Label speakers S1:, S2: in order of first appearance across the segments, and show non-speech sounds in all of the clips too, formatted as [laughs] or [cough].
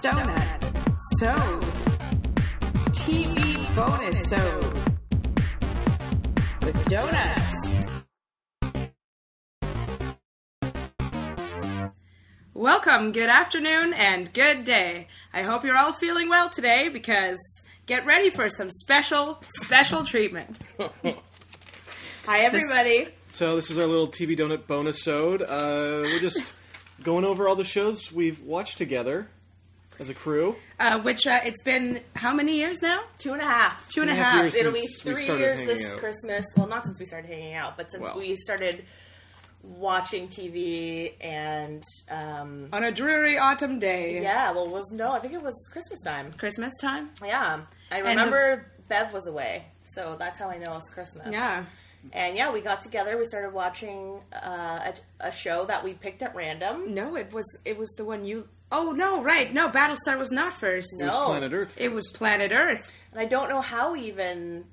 S1: donut. So, TV bonus so with donuts. Welcome, good afternoon, and good day. I hope you're all feeling well today because get ready for some special, special treatment. Hi, everybody.
S2: So this is our little TV donut bonus sode. Uh,
S3: [laughs]
S2: we're just going over all the shows we've watched together as a crew.
S1: Uh, which uh, it's been how many years now?
S3: Two and a half.
S1: Two and a
S2: Two and a half
S1: half.
S2: years.
S3: It'll be
S2: Since we
S3: three
S2: started
S3: years
S2: hanging
S3: this
S2: out.
S3: Christmas. Well, not since we started hanging out, but since
S2: Well.
S3: we started watching TV and um,
S1: On a dreary autumn day.
S3: yeah, well, it was no, I think it was Christmas time.
S1: Christmas time?
S3: Yeah, I
S1: the-
S3: remember Bev was away, so that's how I know it's Christmas.
S1: Yeah.
S3: and yeah, we got together. We started watching uh, a, a show that we picked at random.
S1: No, it was it was the one you. Oh no, right? No, Battlestar was not first.
S2: It was
S3: No.
S2: Planet Earth.
S1: It was Planet Earth.
S3: And I don't know how we even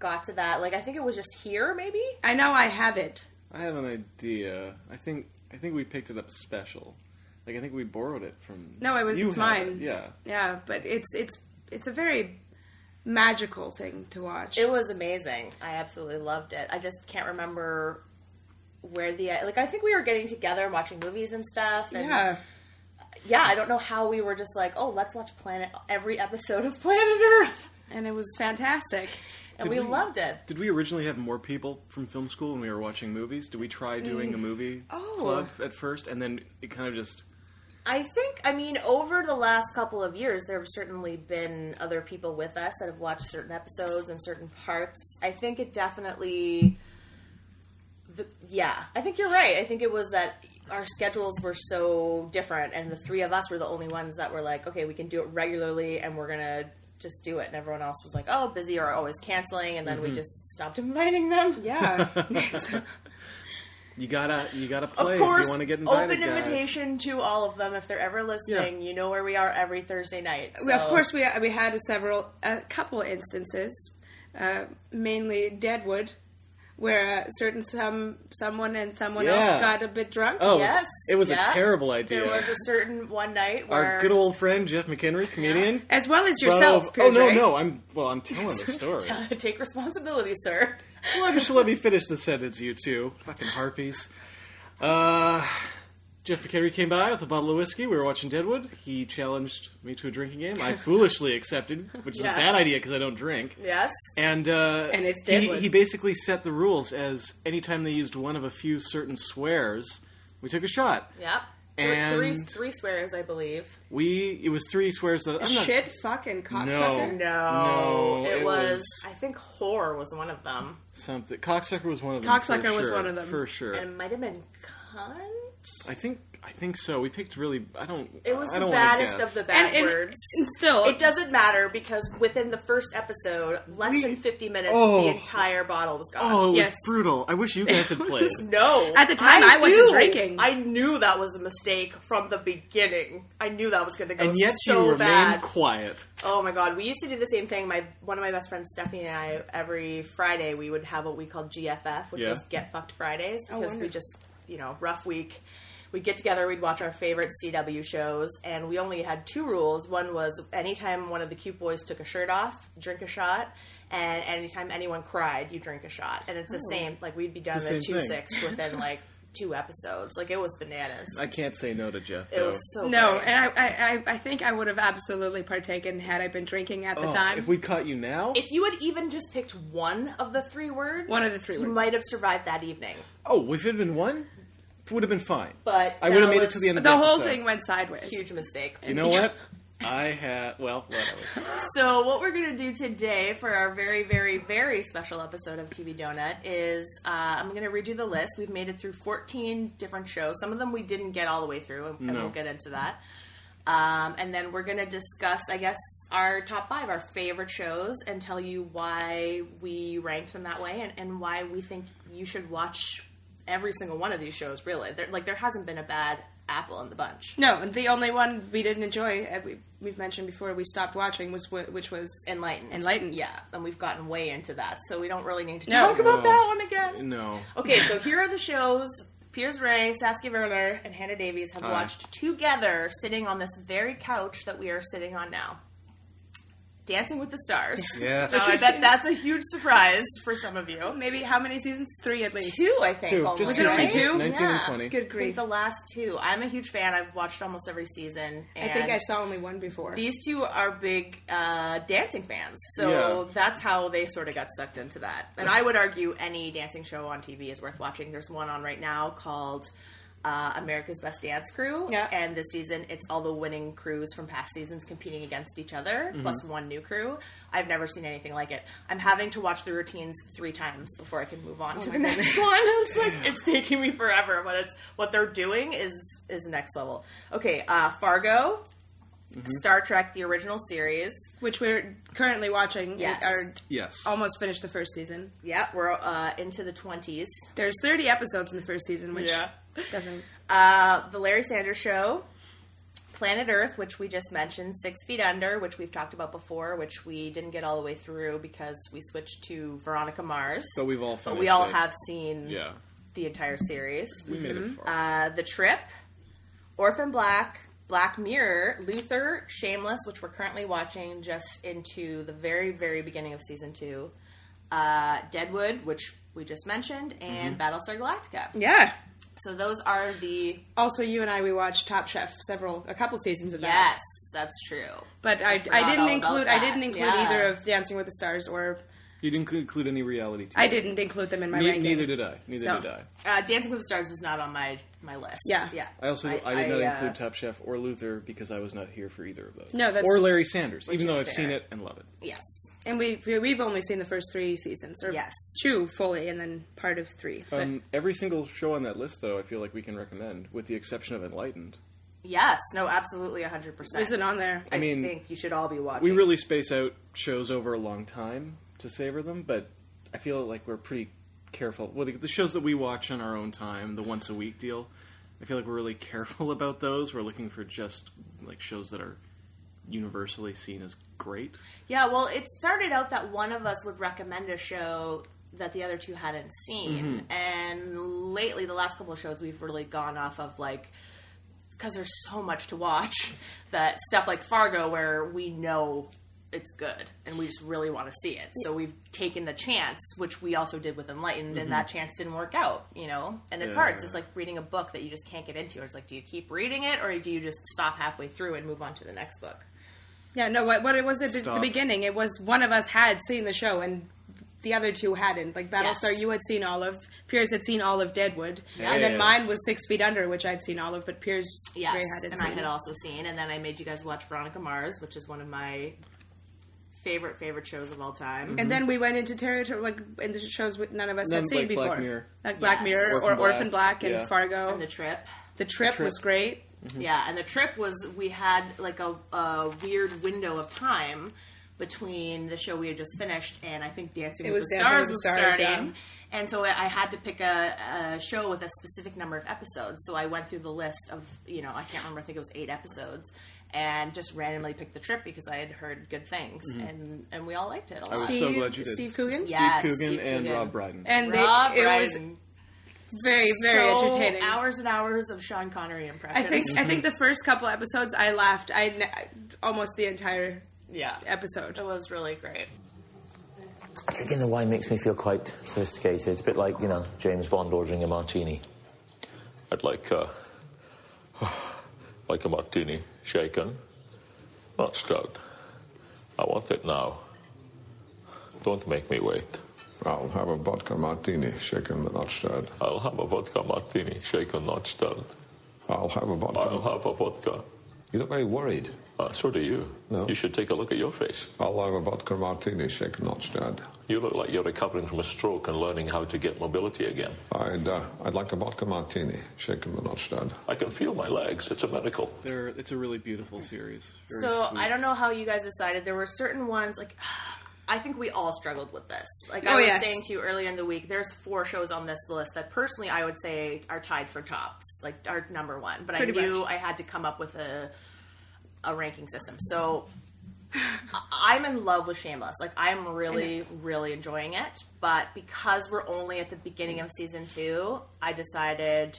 S3: got to that. Like, I think it was just here, maybe.
S1: I know I have it.
S2: I have an idea. I think I think we picked it up special. Like I think we borrowed it from.
S1: No, it was-
S2: you
S1: it's
S2: have
S1: mine.
S2: It. Yeah.
S1: Yeah, but it's it's it's a very magical thing to watch.
S3: It was amazing. I absolutely loved it. I just can't remember where the like. I think we were getting together and watching movies and stuff. And
S1: yeah,
S3: yeah, I don't know how we were just like, oh, let's watch Planet every episode of Planet Earth,
S1: and it was fantastic.
S3: and
S2: Did
S3: we,
S2: we-
S3: loved it.
S2: Did we originally have more people from film school when we were watching movies? Did we try doing
S3: Mm.
S2: a movie
S1: Oh.
S2: club at first, and then it kind of just
S3: I think. I mean, over the last couple of years, there have certainly been other people with us that have watched certain episodes and certain parts. I think it definitely. The, yeah, I think you're right. I think it was that our schedules were so different, and the three of us were the only ones that were like, okay, we can do it regularly, and we're gonna just do it. And everyone else was like, oh, busy or always canceling, and then we just stopped [laughs] inviting them.
S1: [laughs] Yeah,
S2: you gotta you gotta
S3: Of
S2: play if
S3: course,
S2: you want to get invited.
S3: open
S2: guys.
S3: invitation to all of them if they're ever listening. You know where we are every Thursday night.
S1: We- of
S3: so-
S1: course we we had several a couple instances, uh, mainly Deadwood, where uh, certain some someone and someone
S2: Yeah.
S1: else got a bit drunk.
S2: Oh, it was-
S3: Yes,
S2: it was
S3: yeah.
S2: a terrible idea.
S3: There was a certain one night where
S2: Our good old friend Jeff McHenry, comedian.
S1: As well as
S2: brought
S1: yourself,
S2: over-
S1: Piers
S2: oh no,
S1: Ray.
S2: no! I'm well. I'm telling
S1: [laughs]
S2: the story.
S3: [laughs] take responsibility, sir.
S2: Well, just let me finish the sentence, you two. Fucking harpies. Uh, Jeff McHenry came by with a bottle of whiskey. We were watching Deadwood. He challenged me to a drinking
S1: [laughs]
S2: game. I foolishly accepted, which is
S3: Yes.
S2: a bad idea because I don't drink.
S3: Yes,
S2: And uh,
S1: And it's
S2: he,
S1: Deadwood.
S2: he basically set the rules as anytime they used one of a few certain swears, we took a shot.
S3: yep. Three-
S2: And-
S3: three, three swears, I believe.
S2: We it was three swears that I'm not.
S1: Shit, fucking cocksucker.
S2: No.
S3: No,
S2: No,
S3: it,
S2: it
S3: was,
S2: was-
S3: I think whore was one of them,
S2: Something cocksucker was one of them. for
S1: Cocksucker was
S2: sure,
S1: one of them.
S2: for sure.
S3: and it might have been cunt.
S2: I think I think so. We picked really. I don't.
S3: It was
S2: I
S3: the
S2: don't wanna
S3: baddest
S2: guess.
S3: of the bad
S1: And, and,
S3: [laughs] words.
S1: and still,
S3: It doesn't matter because within the first episode, less
S2: We-
S3: than fifty minutes,
S2: Oh.
S3: the entire bottle was gone.
S2: Oh, it
S1: Yes.
S2: was brutal. I wish you guys
S1: [laughs]
S2: had played.
S3: No.
S1: At the time, I wasn't
S3: knew-
S1: drinking.
S3: I knew that was a mistake from the beginning. I knew that was going to go
S2: and yet
S3: so
S2: you remained
S3: bad.
S2: quiet.
S3: Oh my god, we used to do the same thing. My one of my best friends, Stephanie, and I every Friday we would have what we called GFF, which
S2: Yeah.
S3: is Get Fucked Fridays,
S1: Oh,
S3: because we
S1: wonderful.
S3: just you know rough week. We'd get together, we'd watch our favorite CW shows, and we only had two rules. One was anytime one of the cute boys took a shirt off, drink a shot, and anytime anyone cried, you drink a shot. And it's the
S1: Oh.
S3: same. Like we'd be done
S2: the
S3: at
S2: same
S3: two
S2: thing. [laughs]
S3: six within like two episodes. Like it was bananas.
S2: I can't say no to Jeff.
S3: it
S2: though.
S3: was so
S1: No,
S3: great.
S1: and I, I, I- I think I would have absolutely partaken had I been drinking at the
S2: Oh,
S1: time.
S2: If we caught you now,
S3: If you had even just picked one of the three words,
S1: One of the three
S3: you
S1: words.
S3: might have survived that evening.
S2: oh, if it had been one, it would have been fine.
S3: But
S2: I would
S3: that
S2: have made it
S3: was
S2: to the end of
S1: the
S2: the
S1: whole
S2: episode.
S1: thing went sideways.
S3: Huge mistake.
S2: You know what? I had well, whatever.
S3: So what we're gonna do today for our very, very, very special episode of TV Donut is uh, I'm gonna redo the list. We've made it through 14 different shows. Some of them we didn't get all the way through, and, and
S2: No.
S3: we'll get into that. Um, and then we're gonna discuss, I guess, our top five, our favorite shows, and tell you why we ranked them that way, and, and why we think you should watch every single one of these shows. Really, there, like there hasn't been a bad apple in the bunch.
S1: No, the only one we didn't enjoy, uh, we, we've mentioned before, we stopped watching, was wh- which was
S3: enlightened.
S1: Enlightened.
S3: Yeah, and we've gotten way into that, so we don't really need to
S1: No.
S3: talk about
S2: No.
S3: that one again.
S2: No,
S3: Okay, so here are the shows Piers Ray, Saskia Werner, and Hannah Davies have
S2: Aye.
S3: watched together sitting on this very couch that we are sitting on now. Dancing with the
S2: [laughs]
S3: Stars.
S2: Yes.
S3: Now, I bet that's a huge surprise for some of you.
S1: Maybe how many seasons? Three at least.
S3: Two, I think.
S2: Two,
S3: almost,
S2: just
S1: Was it
S2: two
S1: only
S3: right?
S2: seasons,
S1: two?
S2: 19 and
S3: Yeah.
S2: 20.
S1: Good
S3: I think
S1: grief.
S3: the last two. I'm a huge fan. I've watched almost every season.
S1: I
S3: And
S1: think I saw only one before.
S3: These two are big uh, dancing fans, so
S2: Yeah.
S3: that's how they sort of got sucked into that. And I would argue any dancing show on TV is worth watching. There's one on right now called uh, America's Best Dance Crew,
S1: Yeah.
S3: and this season it's all the winning crews from past seasons competing against each other, plus one new crew. I've never seen anything like it. I'm having to watch the routines three times before I can move on to the next one. [laughs] It's like it's taking me forever, but it's what they're doing is is next level. Okay, uh, Fargo. Star Trek, the original series.
S1: which we're currently watching.
S3: Yes.
S1: We are
S2: Yes.
S1: almost finished the first season.
S3: Yeah, we're uh, into the 20s.
S1: There's 30 episodes in the first season, which
S3: Yeah.
S1: doesn't.
S3: Uh, the Larry Sanders Show, Planet Earth, which we just mentioned, Six Feet Under, which we've talked about before, which we didn't get all the way through because we switched to Veronica Mars.
S2: But we've all
S3: But
S2: finished
S3: we all
S2: it.
S3: have seen
S2: Yeah.
S3: the entire series.
S2: We made it far.
S3: Uh, the Trip, Orphan Black, Black Mirror, Luther, Shameless, which we're currently watching just into the very, very beginning of season two, uh, Deadwood, which we just mentioned,
S2: Mm-hmm.
S3: and Battlestar Galactica.
S1: Yeah.
S3: So those are the
S1: Also, you and I we watched Top Chef several a couple seasons of
S3: yes,
S1: that.
S3: that's true.
S1: But I,
S3: forgot
S1: I didn't
S3: all about
S1: include I
S3: that.
S1: didn't include
S3: Yeah.
S1: either of Dancing with the Stars or
S2: you didn't include any reality TV.
S1: I didn't include them in my
S2: Ne-
S1: ranking.
S2: neither did I. Neither
S1: So-
S2: did I.
S3: Uh, Dancing with the Stars is not on my my list.
S1: Yeah.
S3: yeah.
S2: I also I, did not
S3: I, uh,
S2: include Top Chef or Luther because I was not here for either of those.
S1: No, that's-
S2: or Larry Sanders, even
S3: is
S2: though I've
S3: fair.
S2: seen it and love it.
S3: Yes,
S1: And we we- we've only seen the first three seasons or
S3: Yes.
S1: two fully and then part of three. But
S2: Um, every single show on that list, though, I feel like we can recommend, with the exception of Enlightened.
S3: yes, no, absolutely, hundred
S1: it
S3: percent.
S1: isn't on there.
S2: I mean,
S3: think you should all be watching.
S2: we really space out shows over a long time to savor them, but I feel like we're pretty careful. Well, the, the shows that we watch on our own time, the once a week deal, I feel like we're really [laughs] careful about those. We're looking for just like shows that are universally seen as great.
S3: Yeah, well, it started out that one of us would recommend a show that the other two hadn't seen, and lately, the last couple of shows, we've really gone off of like because there's so much to watch [laughs] that stuff like Fargo, where we know it's good and we just really want to see it, so we've taken the chance, which we also did with Enlightened, and that chance didn't work out, you know. And it's hard;
S2: Yeah.
S3: it's just like reading a book that you just can't get into. It's like, do you keep reading it, or do you just stop halfway through and move on to the next book?
S1: Yeah, no. What what it was at the, the
S2: Stop.
S1: beginning? It was one of us had seen the show and the other two hadn't. Like Battlestar,
S3: Yes.
S1: you had seen all of. Piers had seen all of Deadwood, and then
S2: Yes.
S1: mine was Six Feet Under, which I'd seen all of, but Piers
S3: Yes,
S1: Gray hadn't
S3: and
S1: seen.
S3: I had also seen. And then I made you guys watch Veronica Mars, which is one of my favorite favorite shows of all time.
S1: And then we went into territory like in the shows with none of us
S2: None
S1: had seen
S2: like
S1: before,
S2: Mm-hmm. Black Mirror.
S1: like Black
S3: Yes.
S1: Mirror
S2: Orphan
S1: or
S2: Black,
S1: Orphan Black and
S2: yeah.
S1: Fargo.
S3: and the
S1: the,
S3: trip,
S1: trip was great.
S3: yeah. And the trip was we had like a, a weird window of time between the show we had just finished and I think Dancing
S1: It
S3: with
S1: was
S3: the
S1: Dancing
S3: Stars
S1: with
S3: was
S1: the Stars,
S3: starting.
S1: yeah.
S3: And so I I had to pick a, a show with a specific number of episodes. So I went through the list of, you know, I can't remember, I think it was eight episodes, and just randomly picked the trip because I had heard good things.
S1: Mm-hmm.
S3: And, and we all liked it a lot.
S2: was- I'm so
S1: Steve,
S2: glad you did.
S1: Steve Coogan,
S3: Yes,
S2: Steve Coogan
S3: Steve
S2: and
S3: Coogan.
S2: Rob Brydon.
S1: and they,
S3: Rob
S1: it
S3: Brydon.
S1: was very very
S3: So,
S1: entertaining.
S3: Hours and hours of Sean
S1: I
S3: Connery impressions.
S1: think I think
S2: Mm-hmm.
S1: the first couple episodes I laughed. I ne- almost the entire
S3: yeah,
S1: episode.
S3: it was really great.
S4: Drinking the wine makes me feel quite sophisticated, a bit like, you know, James Bond ordering a martini.
S5: I'd like, uh, [sighs] like a martini, shaken, not stirred. I want it now. Don't make me wait.
S6: I'll have a vodka martini, shaken but not stirred.
S5: I'll have a vodka martini, shaken, not stirred.
S6: I'll have a vodka.
S5: I'll have a vodka.
S6: You look very worried.
S5: Uh, so do you.
S6: No.
S5: You should take a look at your face.
S6: I'll have a vodka martini, shaken not stirred.
S5: You look like you're recovering from a stroke and learning how to get mobility again.
S6: I'd, uh, I'd like a vodka martini, shaken but not stirred.
S5: I can feel my legs. It's a miracle.
S2: They're, it's a really beautiful series. Very
S3: So
S2: sweet.
S3: I don't know how you guys decided. There were certain ones like. [sighs] I think we all struggled with this. Like I
S1: Oh,
S3: was
S1: yes.
S3: saying to you earlier in the week, there's four shows on this list that personally I would say are tied for tops, like are number one. But
S1: Pretty
S3: I knew
S1: much.
S3: I had to come up with a a ranking system. So I'm in love with Shameless. Like I'm really, really enjoying it. But because we're only at the beginning of season two, I decided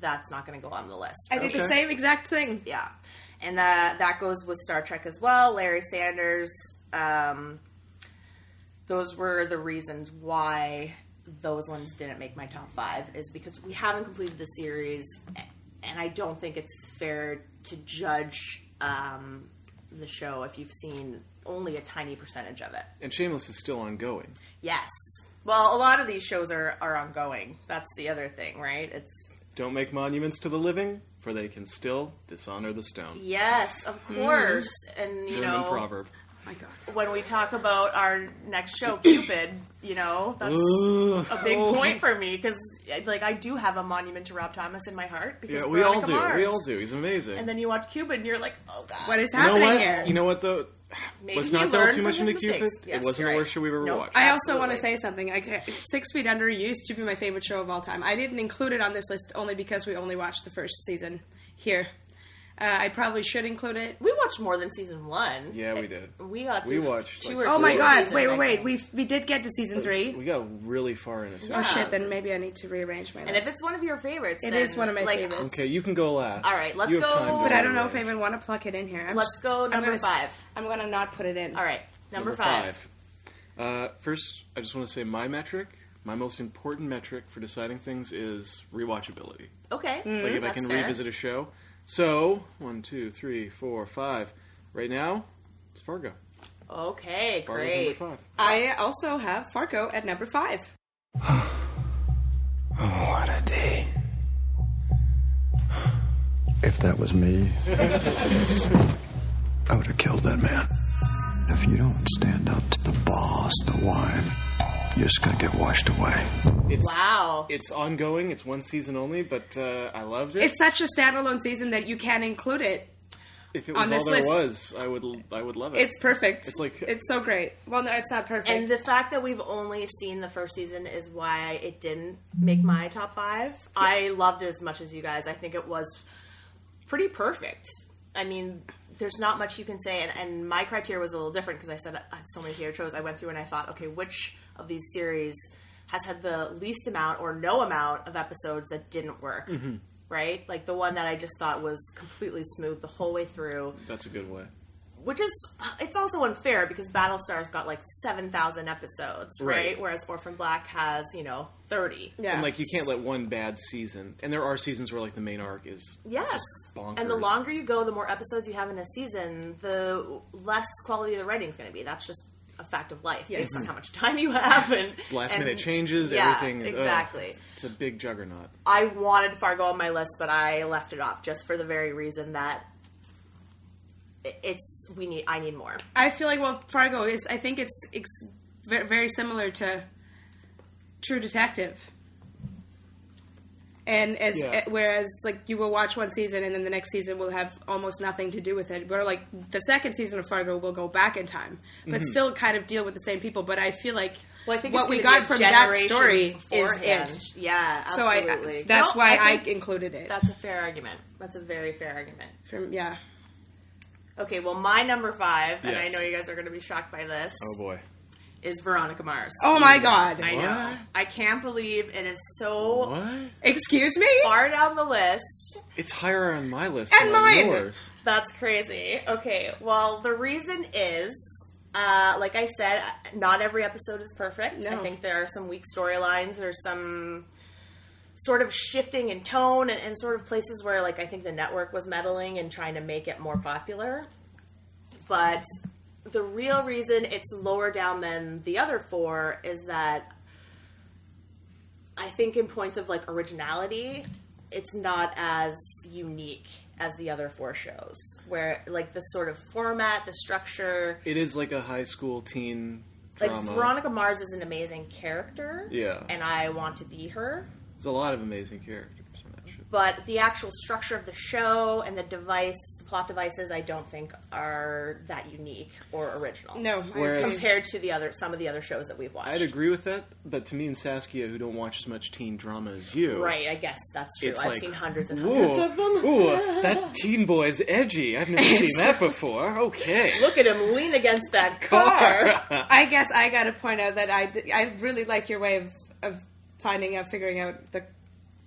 S3: that's not going to go on the list.
S1: I did the
S2: Okay.
S1: same exact thing.
S3: Yeah, and that that goes with Star Trek as well. Larry Sanders. Um, those were the reasons why those ones didn't make my top five is because we haven't completed the series, and I don't think it's fair to judge um, the show if you've seen only a tiny percentage of it.
S2: And Shameless is still ongoing.
S3: Yes. Well, a lot of these shows are, are ongoing. That's the other thing, right? It's
S2: Don't make monuments to the living, for they can still dishonor the stone.
S3: yes, of course, and you
S2: German
S3: know,
S2: proverb.
S3: when we talk about our next show, Cupid, you know, that's
S2: Ugh.
S3: a big point for me because, like, I do have a monument to Rob Thomas in my heart. Because
S2: [laughs] Yeah, we all
S3: Veronica
S2: do.
S3: Mars.
S2: We all do. He's amazing.
S3: And then you watch Cupid, and you're like, oh god,
S1: What is
S2: you know
S1: happening
S2: what?
S1: here?
S2: You know what though?
S3: Maybe
S2: Let's
S3: he
S2: not delve
S3: learned
S2: too
S3: from
S2: much
S3: his
S2: into Cupid.
S3: mistakes. Yes,
S2: it wasn't the
S3: you're
S2: worst show
S3: right.
S2: we've ever
S3: Nope.
S2: watched.
S3: I-
S1: I also want to
S3: Absolutely.
S1: say something. Like, uh, Six Feet Under used to be my favorite show of all time. I didn't include it on this list only because we only watched the first season here. Uh, I probably should include it.
S3: We watched more than season one.
S2: yeah, we did.
S3: We got
S2: We
S3: through
S2: watched,
S3: two or
S2: like,
S1: Oh my
S3: three
S1: god!
S3: seasons,
S1: Wait,
S3: I
S1: wait, wait.
S3: think.
S1: We we did get to season three.
S2: We got really far into
S1: Oh
S2: season.
S1: shit! Then maybe I need to rearrange my list.
S3: And if it's one of your favorites,
S1: It
S3: then,
S1: is one of my
S3: like,
S1: favorites.
S2: Okay, you can go last.
S3: All right, let's
S2: You have
S3: go-
S2: time to
S3: But
S1: but I don't know if
S2: arrange.
S1: I even want to pluck it in here. I'm
S3: Let's
S1: just-
S3: go
S1: I'm
S3: number
S1: gonna s-
S3: five.
S1: I'm gonna not put it in.
S3: All right, number, five.
S2: Uh, first, I just want to say my metric, my most important metric for deciding things is rewatchability.
S3: Okay,
S2: like if I
S3: that's
S2: can
S3: fair.
S2: revisit a show. So one, two, three, four, five. Right now, it's Fargo.
S3: Okay,
S2: Fargo's
S3: great.
S2: number five.
S1: I also have Fargo at number five.
S7: What a day. If that was me, I would have killed that man. If you don't stand up to the boss, the wine, you're just gonna get washed away.
S2: It's
S3: Wow.
S2: It's ongoing. It's one season only, but uh, I loved it.
S1: It's such a standalone season that you can include it.
S2: if it was
S1: on
S2: all
S1: this
S2: there
S1: list.
S2: was, I would I would love it.
S1: It's perfect.
S2: It's like-
S1: it's so great. Well, no, it's not perfect.
S3: And the fact that we've only seen the first season is why it didn't make my top five. I loved it as much as you guys. I think it was pretty perfect. I mean, there's not much you can say, and, and my criteria was a little different because I said I had so many favorite shows. I went through and I thought, okay, which of these series has had the least amount or no amount of episodes that didn't work? Right, like the one that I just thought was completely smooth the whole way through
S2: That's a good way.
S3: which is uh, it's also unfair because Battlestar's got like seven thousand episodes, right?
S2: Right.
S3: Whereas Orphan Black has you know thirty.
S1: yeah.
S2: And like you can't let one bad season. And there are seasons where like the main arc is
S3: Yes,
S2: bonkers.
S3: and the longer you go, the more episodes you have in a season, the less quality of the writing's going to be. That's just a fact of life
S1: Yes.
S3: based on how much time you have and
S2: [laughs] last
S3: and-
S2: minute changes.
S3: Yeah,
S2: everything is, ugh,
S3: exactly.
S2: it's a big juggernaut.
S3: I wanted Fargo on my list, but I left it off just for the very reason that it- it's we need. I need more.
S1: I feel like well, Fargo is. I think it's it's ve- very similar to True Detective. And as
S2: Yeah.
S1: eh, whereas like you will watch one season and then the next season will have almost nothing to do with it, but like the second season of Fargo will go back in time, but
S2: Mm-hmm.
S1: still kind of deal with the same people. But I feel like
S3: Well, I think
S1: what
S3: it's
S1: we
S3: gonna be
S1: got
S3: a
S1: from that
S3: generation
S1: story is
S3: beforehand.
S1: it.
S3: Yeah,
S1: So I,
S3: absolutely.
S1: that's
S3: No,
S1: why I,
S3: think
S1: included it.
S3: That's a fair argument. That's a very fair argument.
S1: From, yeah,
S3: Okay, well, my number five, and I
S2: Yes.
S3: know you guys are going to be shocked by this,
S2: Oh boy.
S3: is Veronica Mars.
S1: Oh my god.
S3: I know.
S2: What?
S3: I can't believe it is so
S2: What?
S1: Excuse me?
S3: far down the list.
S2: It's higher on my list
S1: And
S2: than on
S1: mine.
S2: yours.
S3: That's crazy. Okay, well, the reason is, uh, like I said, not every episode is perfect.
S1: No.
S3: I think there are some weak storylines. There's some sort of shifting in tone and, and sort of places where, like, I think the network was meddling and trying to make it more popular. But the real reason it's lower down than the other four is that I think in points of like originality, it's not as unique as the other four shows. Where like the sort of format, the structure,
S2: It is like a high school teen
S3: like
S2: drama.
S3: Veronica Mars is an amazing character.
S2: Yeah.
S3: And I want to be her.
S2: There's a lot of amazing characters in that show.
S3: But the actual structure of the show and the device, the plot devices, I don't think are that unique or original.
S1: No, I
S2: Whereas-
S1: agree.
S3: compared to the other some of the other shows that we've watched.
S2: I'd agree with that, but to me and Saskia, who don't watch as much teen drama as you,
S3: Right, I guess that's true.
S2: It's
S3: I've
S2: like,
S3: seen hundreds and
S2: Ooh,
S3: hundreds of them.
S2: ooh, that teen boy is edgy. I've never seen that
S1: [laughs]
S2: before. Okay.
S3: Look at him lean against
S2: [laughs]
S3: that car.
S1: I guess I got to point out that I, I really like your way of, of finding out, figuring out the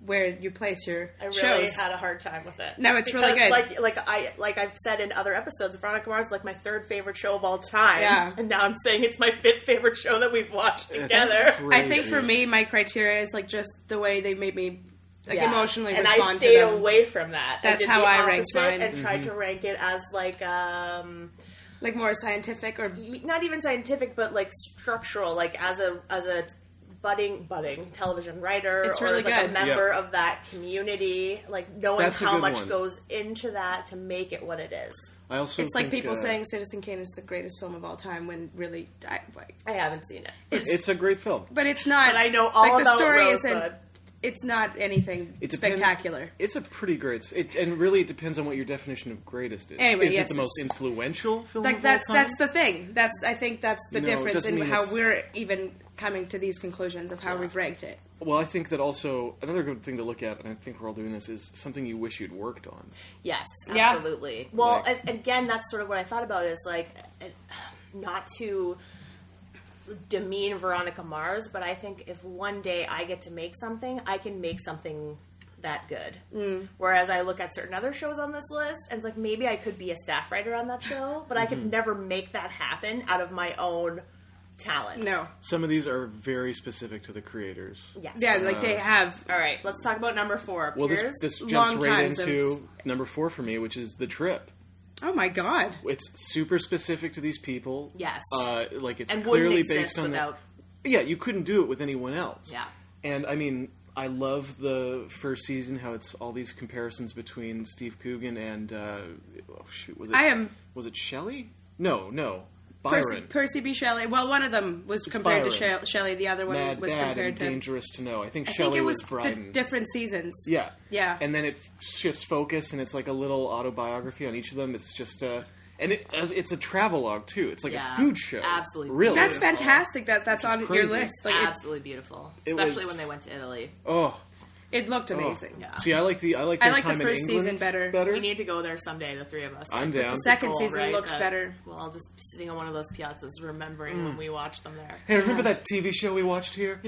S1: where you place your
S3: I really
S1: shows.
S3: had a hard time with it.
S1: No, it's really
S3: Because,
S1: good.
S3: Like, like I, like I've said in other episodes, Veronica Mars is like my third favorite show of all time.
S1: Yeah.
S3: and now I'm saying it's my fifth favorite show that we've watched together.
S1: I think for me, my criteria is like just the way they made me like
S3: Yeah.
S1: emotionally
S3: and
S1: respond
S3: I stayed
S1: to them.
S3: away from that.
S1: That's
S3: I did
S1: how
S3: the
S1: I ranked
S3: opposite
S1: mine.
S3: and tried
S2: Mm-hmm.
S3: to rank it as like um,
S1: Like more scientific or
S3: not even scientific, but like structural, like as a as a budding budding television writer
S1: It's
S3: or
S1: really
S3: as like
S1: good.
S3: a member
S2: Yeah.
S3: of that community, like knowing
S2: That's a
S3: how
S2: good
S3: much
S2: one.
S3: goes into that to make it what it is.
S2: I also
S1: it's like
S2: think,
S1: people
S2: uh,
S1: saying Citizen Kane is the greatest film of all time when really I, like,
S3: I haven't seen it.
S2: it's a great film.
S1: but it's not.
S3: But I know all
S1: like the
S3: about
S1: story
S3: Rosebud.
S1: isn't. It's not anything
S2: It depend-
S1: spectacular.
S2: It's a pretty great, s- it, and really it depends on what your definition of greatest is.
S1: Anyway,
S2: is
S1: yes,
S2: it the most influential film?
S1: Like
S2: of all
S1: that's
S2: time?
S1: that's the thing. That's I think that's the
S2: No, it
S1: difference
S2: doesn't
S1: in
S2: mean
S1: how
S2: it's-
S1: we're even coming to these conclusions of how we've ranked it.
S2: Well, I think that also another good thing to look at, and I think we're all doing this, is something you wish you'd worked on.
S3: Yes,
S1: Yeah.
S3: absolutely. Well,
S2: Like-
S3: a- again, that's sort of what I thought about is like uh, [sighs] not to demean Veronica Mars, but I think if one day I get to make something, I can make something that good.
S1: Mm.
S3: Whereas I look at certain other shows on this list and it's like maybe I could be a staff writer on that show, but I
S1: Mm-hmm.
S3: could never make that happen out of my own talent.
S1: No,
S2: Some of these are very specific to the creators.
S3: Yes.
S1: yeah, like they have
S3: All right, let's talk about number four.
S2: Well, this
S3: Piers.
S2: this jumps
S1: long
S2: right
S1: times of-
S2: into number four for me, which is the trip.
S1: Oh my god.
S2: It's super specific to these people.
S3: Yes.
S2: uh, like it's
S3: and
S2: clearly
S3: wouldn't exist
S2: based on
S3: without.
S2: the. Yeah, you couldn't do it with anyone else.
S3: Yeah.
S2: and I mean, I love the first season how it's all these comparisons between Steve Coogan and uh, oh shoot, was it?
S1: I am-
S2: Was it Shelley? No, no, Byron.
S1: Percy, Percy B. Shelley. Well, one of them was compared to
S2: Byron.
S1: Shell- Shelley. The other one
S2: Mad
S1: was
S2: Dad
S1: compared
S2: and
S1: to.
S2: Dangerous to Know. I think
S1: I
S2: Shelley
S1: think it was,
S2: was
S1: the
S2: Bryden.
S1: different seasons.
S2: Yeah.
S1: Yeah.
S2: And then it shifts focus, and it's like a little autobiography on each of them. It's just uh and it, as- it's a travelogue too. It's like
S3: Yeah.
S2: a food show.
S3: Absolutely.
S2: Really.
S1: that's
S3: Beautiful.
S1: fantastic. That that's
S2: Which is
S1: on your
S2: crazy.
S1: list. Like it,
S3: absolutely beautiful,
S2: It
S3: especially when
S2: was-
S3: they went to Italy.
S2: Oh,
S1: it looked
S2: oh.
S1: amazing.
S2: See, I like the I like
S1: I
S2: their
S1: like the
S2: time
S1: first
S2: in
S1: season
S2: England
S1: better.
S3: We need to go there someday, the three of us.
S2: I'm
S3: Like, with
S2: down.
S3: the
S1: Second
S3: goal,
S1: season
S3: right?
S1: looks
S3: That
S1: better.
S3: We'll all just be sitting on one of those piazzas, remembering
S2: Mm.
S3: when we watched them there.
S2: Hey, remember that TV show we
S1: [laughs]
S2: watched here?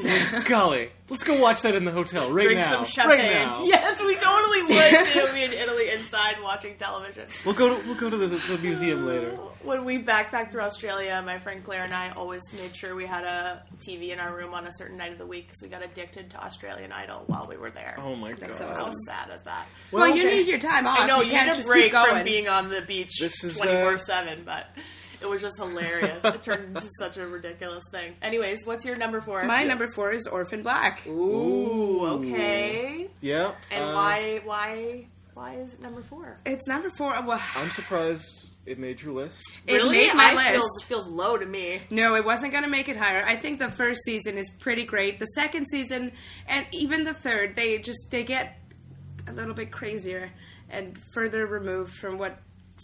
S2: Golly, let's go watch that in the hotel right
S3: Drink
S2: now.
S3: some champagne.
S2: Right
S3: [laughs]
S2: now,
S3: Yes, we totally would too. be in Italy inside watching television.
S2: we'll go to we'll go to the, the museum later.
S3: When we backpacked through Australia, my friend Claire and I always made sure we had a TV in our room on a certain night of the week because we got addicted to Australian Idol while we were there.
S2: Oh my god,
S1: awesome.
S3: How sad is that?
S1: Well, you
S2: okay.
S1: need your time off.
S3: I know you
S1: can't
S3: had a
S1: just
S3: break
S1: keep going.
S3: from being on the beach
S2: This is, uh,
S3: twenty four seven, but it was just hilarious. it turned into [laughs] such a ridiculous thing. Anyways, what's your number four?
S1: My number four is Orphan Black.
S3: Ooh, okay.
S2: yeah.
S3: And
S2: uh,
S3: why why why is it number four?
S1: It's number four. Well,
S2: Uh, I'm surprised it made your list.
S1: it made my
S3: I
S1: list.
S3: Feel, it feels low to me.
S1: No, it wasn't going to make it higher. I think the first season is pretty great. The second season and even the third, they just they get a little bit crazier and further removed from what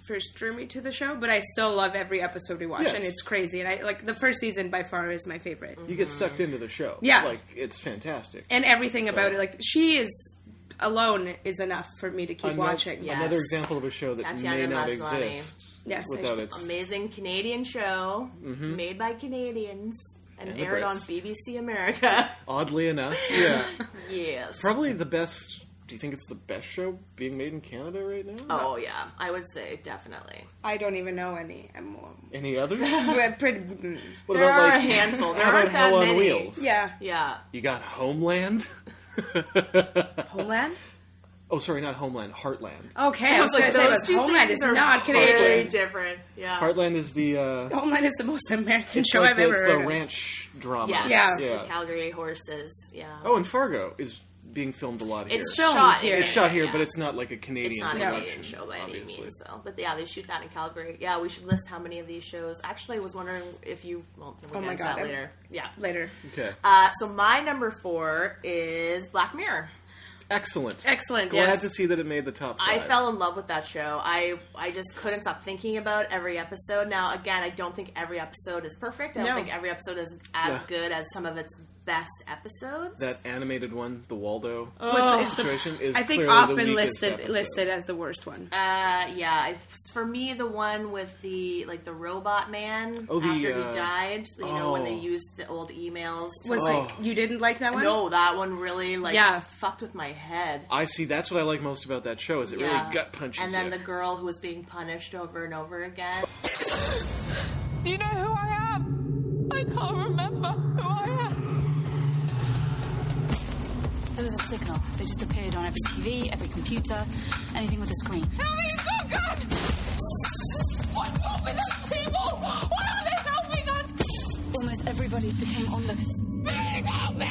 S1: first drew me to the show, but I still love every episode we watch
S2: Yes. Mm-hmm.
S1: and it's crazy. And I like the first season by far is my favorite.
S2: You get sucked into the show.
S1: Yeah.
S2: like it's fantastic.
S1: And everything
S2: So-
S1: about it like she is alone is enough for me to keep
S2: Ano-
S1: watching.
S3: yeah.
S2: Another
S3: Yes.
S2: example of a show that may
S3: Tatiana
S2: not
S3: Maslany.
S2: exist
S1: Yes,
S2: without
S1: I-
S2: its
S3: Amazing Canadian show made by Canadians and,
S2: Mm-hmm. And the
S3: aired on
S2: Brits.
S3: BBC
S2: [laughs]
S3: America.
S2: Oddly enough, yeah,
S3: yes.
S2: probably the best. Do you think it's the best show being made in Canada right now?
S3: Oh yeah, I would say definitely.
S1: I don't even know any. I'm,
S2: Any others?
S1: I'm pretty mm.
S2: What
S3: There
S2: about
S3: are a
S2: like
S3: handful. There
S2: how
S3: aren't
S2: about
S3: that
S2: Hell on
S3: many.
S2: Wheels?
S1: Yeah.
S3: Yeah.
S2: you got Homeland.
S1: Homeland?
S2: Oh, sorry, not Homeland. Heartland.
S1: Okay, I was, going to say, but Homeland is not
S3: very
S1: Canadian.
S3: different. Yeah.
S2: Heartland is the uh,
S1: Homeland Oh, is the most American
S2: it's
S1: show
S2: like
S1: I've
S2: the,
S1: ever
S2: it's
S1: heard.
S2: the
S1: of.
S2: ranch drama.
S3: Yes.
S1: Yeah.
S2: Yeah.
S3: The Calgary horses. Yeah.
S2: Oh, and Fargo is being filmed a lot here.
S3: it's
S1: filmed
S3: shot
S1: here.
S3: in
S2: It's shot here,
S3: yeah.
S2: but it's not like a Canadian
S3: It's not a
S2: production.
S3: Canadian show by
S2: obviously.
S3: any means, though. But yeah, they shoot that in Calgary. Yeah, we should list how many of these shows. Actually, I was wondering if you. Well, we'll
S1: Oh
S3: get
S1: my
S3: into
S1: God,
S3: that
S1: I'm-
S3: later. Yeah.
S1: Later.
S2: Okay.
S3: Uh, so my number four is Black Mirror.
S2: Excellent.
S1: Excellent,
S2: Glad
S1: yes.
S2: to see that it made the top
S3: I
S2: five.
S3: fell in love with that show. I I just couldn't stop thinking about every episode. Now, again, I don't think every episode is perfect. I don't
S1: No.
S3: think every episode is as
S2: Yeah.
S3: good as some of its best episodes.
S2: that animated one, the Waldo
S1: Was- is the-
S2: situation, is
S1: Oh. I think
S2: clearly the
S1: often
S2: weakest
S1: listed
S2: episode.
S1: listed as the worst one.
S3: uh, yeah, I, for me, the one with the like the robot man
S2: Oh, the,
S3: after
S2: uh,
S3: he died. You know when they
S2: oh.
S3: used the old emails. To,
S1: Was
S2: Oh.
S1: like you didn't like that one?
S3: no, that one really like
S1: Yeah.
S3: fucked with my head.
S2: I see. That's what I like most about that show is it
S3: Yeah.
S2: really gut punches
S3: And then
S2: you.
S3: the girl who was being punished over and over again.
S8: You know who I am? I can't remember who I am.
S9: There was a signal. They just appeared on every TV, every computer, anything with a screen.
S8: Help me, he's got a gun! What's wrong with those people? Why are they helping us?
S9: Almost everybody became onlookers.
S8: Please help me!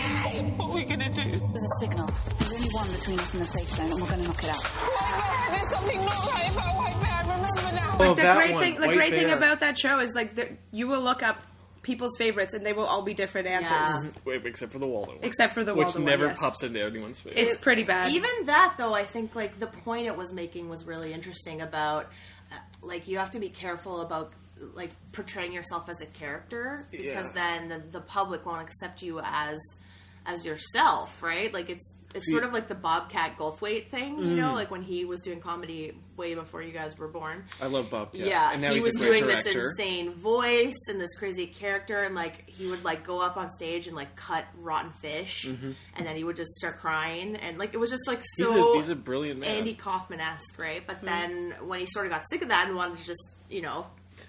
S8: What are we gonna do?
S9: There was a signal. There's only one between us and the safe zone, and we're going to knock it out.
S8: White bear, there's something not right about white bear. I remember now.
S2: oh,
S1: the
S2: that
S1: great
S2: one,
S1: thing the
S2: White
S1: great thing
S2: Bear.
S1: about that show is like the, you will look up people's favorites and they will all be different answers.
S3: Yeah.
S2: Wait, except for the Waldo one.
S1: Except for the
S2: which
S1: Waldo one,
S2: never
S1: yes.
S2: pops into anyone's face.
S1: It's pretty bad.
S3: Even that, though, I think like the point it was making was really interesting about uh, like you have to be careful about like portraying yourself as a character because
S2: Yeah.
S3: then the, the public won't accept you as as yourself, right? Like it's it's
S2: See- Mm.
S3: sort of like the Bobcat Goldthwait thing, you know, like when he was doing comedy way before you guys were born.
S2: I love Bob.
S3: Yeah,
S2: and now
S3: he
S2: he's
S3: was
S2: a great
S3: doing
S2: director.
S3: this insane voice and this crazy character, and like he would like go up on stage and like cut rotten fish, and then he would just start crying, and like it was just like
S2: Mm-hmm. He's,
S3: so.
S2: a, he's a brilliant man.
S3: Andy Kaufman esque, right? But then when he sort of got sick of that and wanted to just you know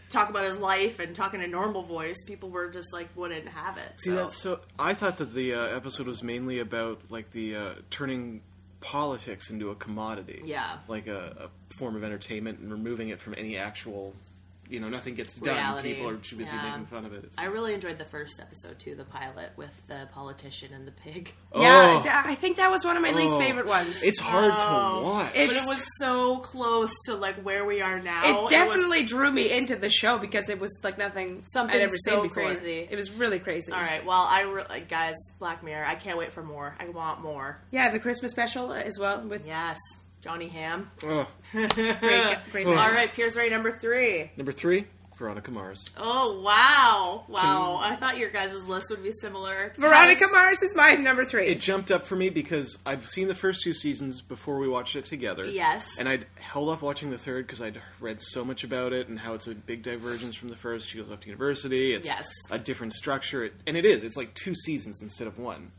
S3: talk about his life and talk in a normal voice, people were just like wouldn't have it.
S2: See,
S3: so.
S2: that's so. I thought that the uh, episode was mainly about like the uh, turning politics into a commodity.
S3: Yeah.
S2: like a, a form of entertainment and removing it from any actual. You know, nothing gets done.
S3: Reality.
S2: People are too busy
S3: Yeah.
S2: making fun of it. It's-
S3: I really enjoyed the first episode too, the pilot with the politician and the pig.
S1: yeah,
S2: Oh.
S1: th- I think that was one of my least
S2: Oh.
S1: favorite ones.
S2: It's hard to watch.
S1: It's-
S3: But it was so close to like where we are now.
S1: it
S3: Oh, was-
S1: definitely drew me into the show because it was like nothing
S3: Something
S1: I'd ever
S3: so
S1: seen before.
S3: crazy.
S1: It was really crazy.
S3: All right. Well, I re- like, guys, Black Mirror. I can't wait for more. I want more.
S1: Yeah, the Christmas special as well with
S3: Yes, Johnny Ham.
S2: Ugh.
S1: great, great
S3: All
S1: man.
S3: right, Piers Ray number three.
S2: Number three, Veronica Mars.
S3: Oh wow, wow! I thought your guys' list would be similar.
S1: Veronica Mars is my number three.
S2: it jumped up for me because I've seen the first two seasons before we watched it together.
S3: Yes.
S2: And I'd held off watching the third because I'd read so much about it and how it's a big divergence from the first. She goes off to university. It's
S3: Yes.
S2: a different structure. It, and it is. It's like two seasons instead of one.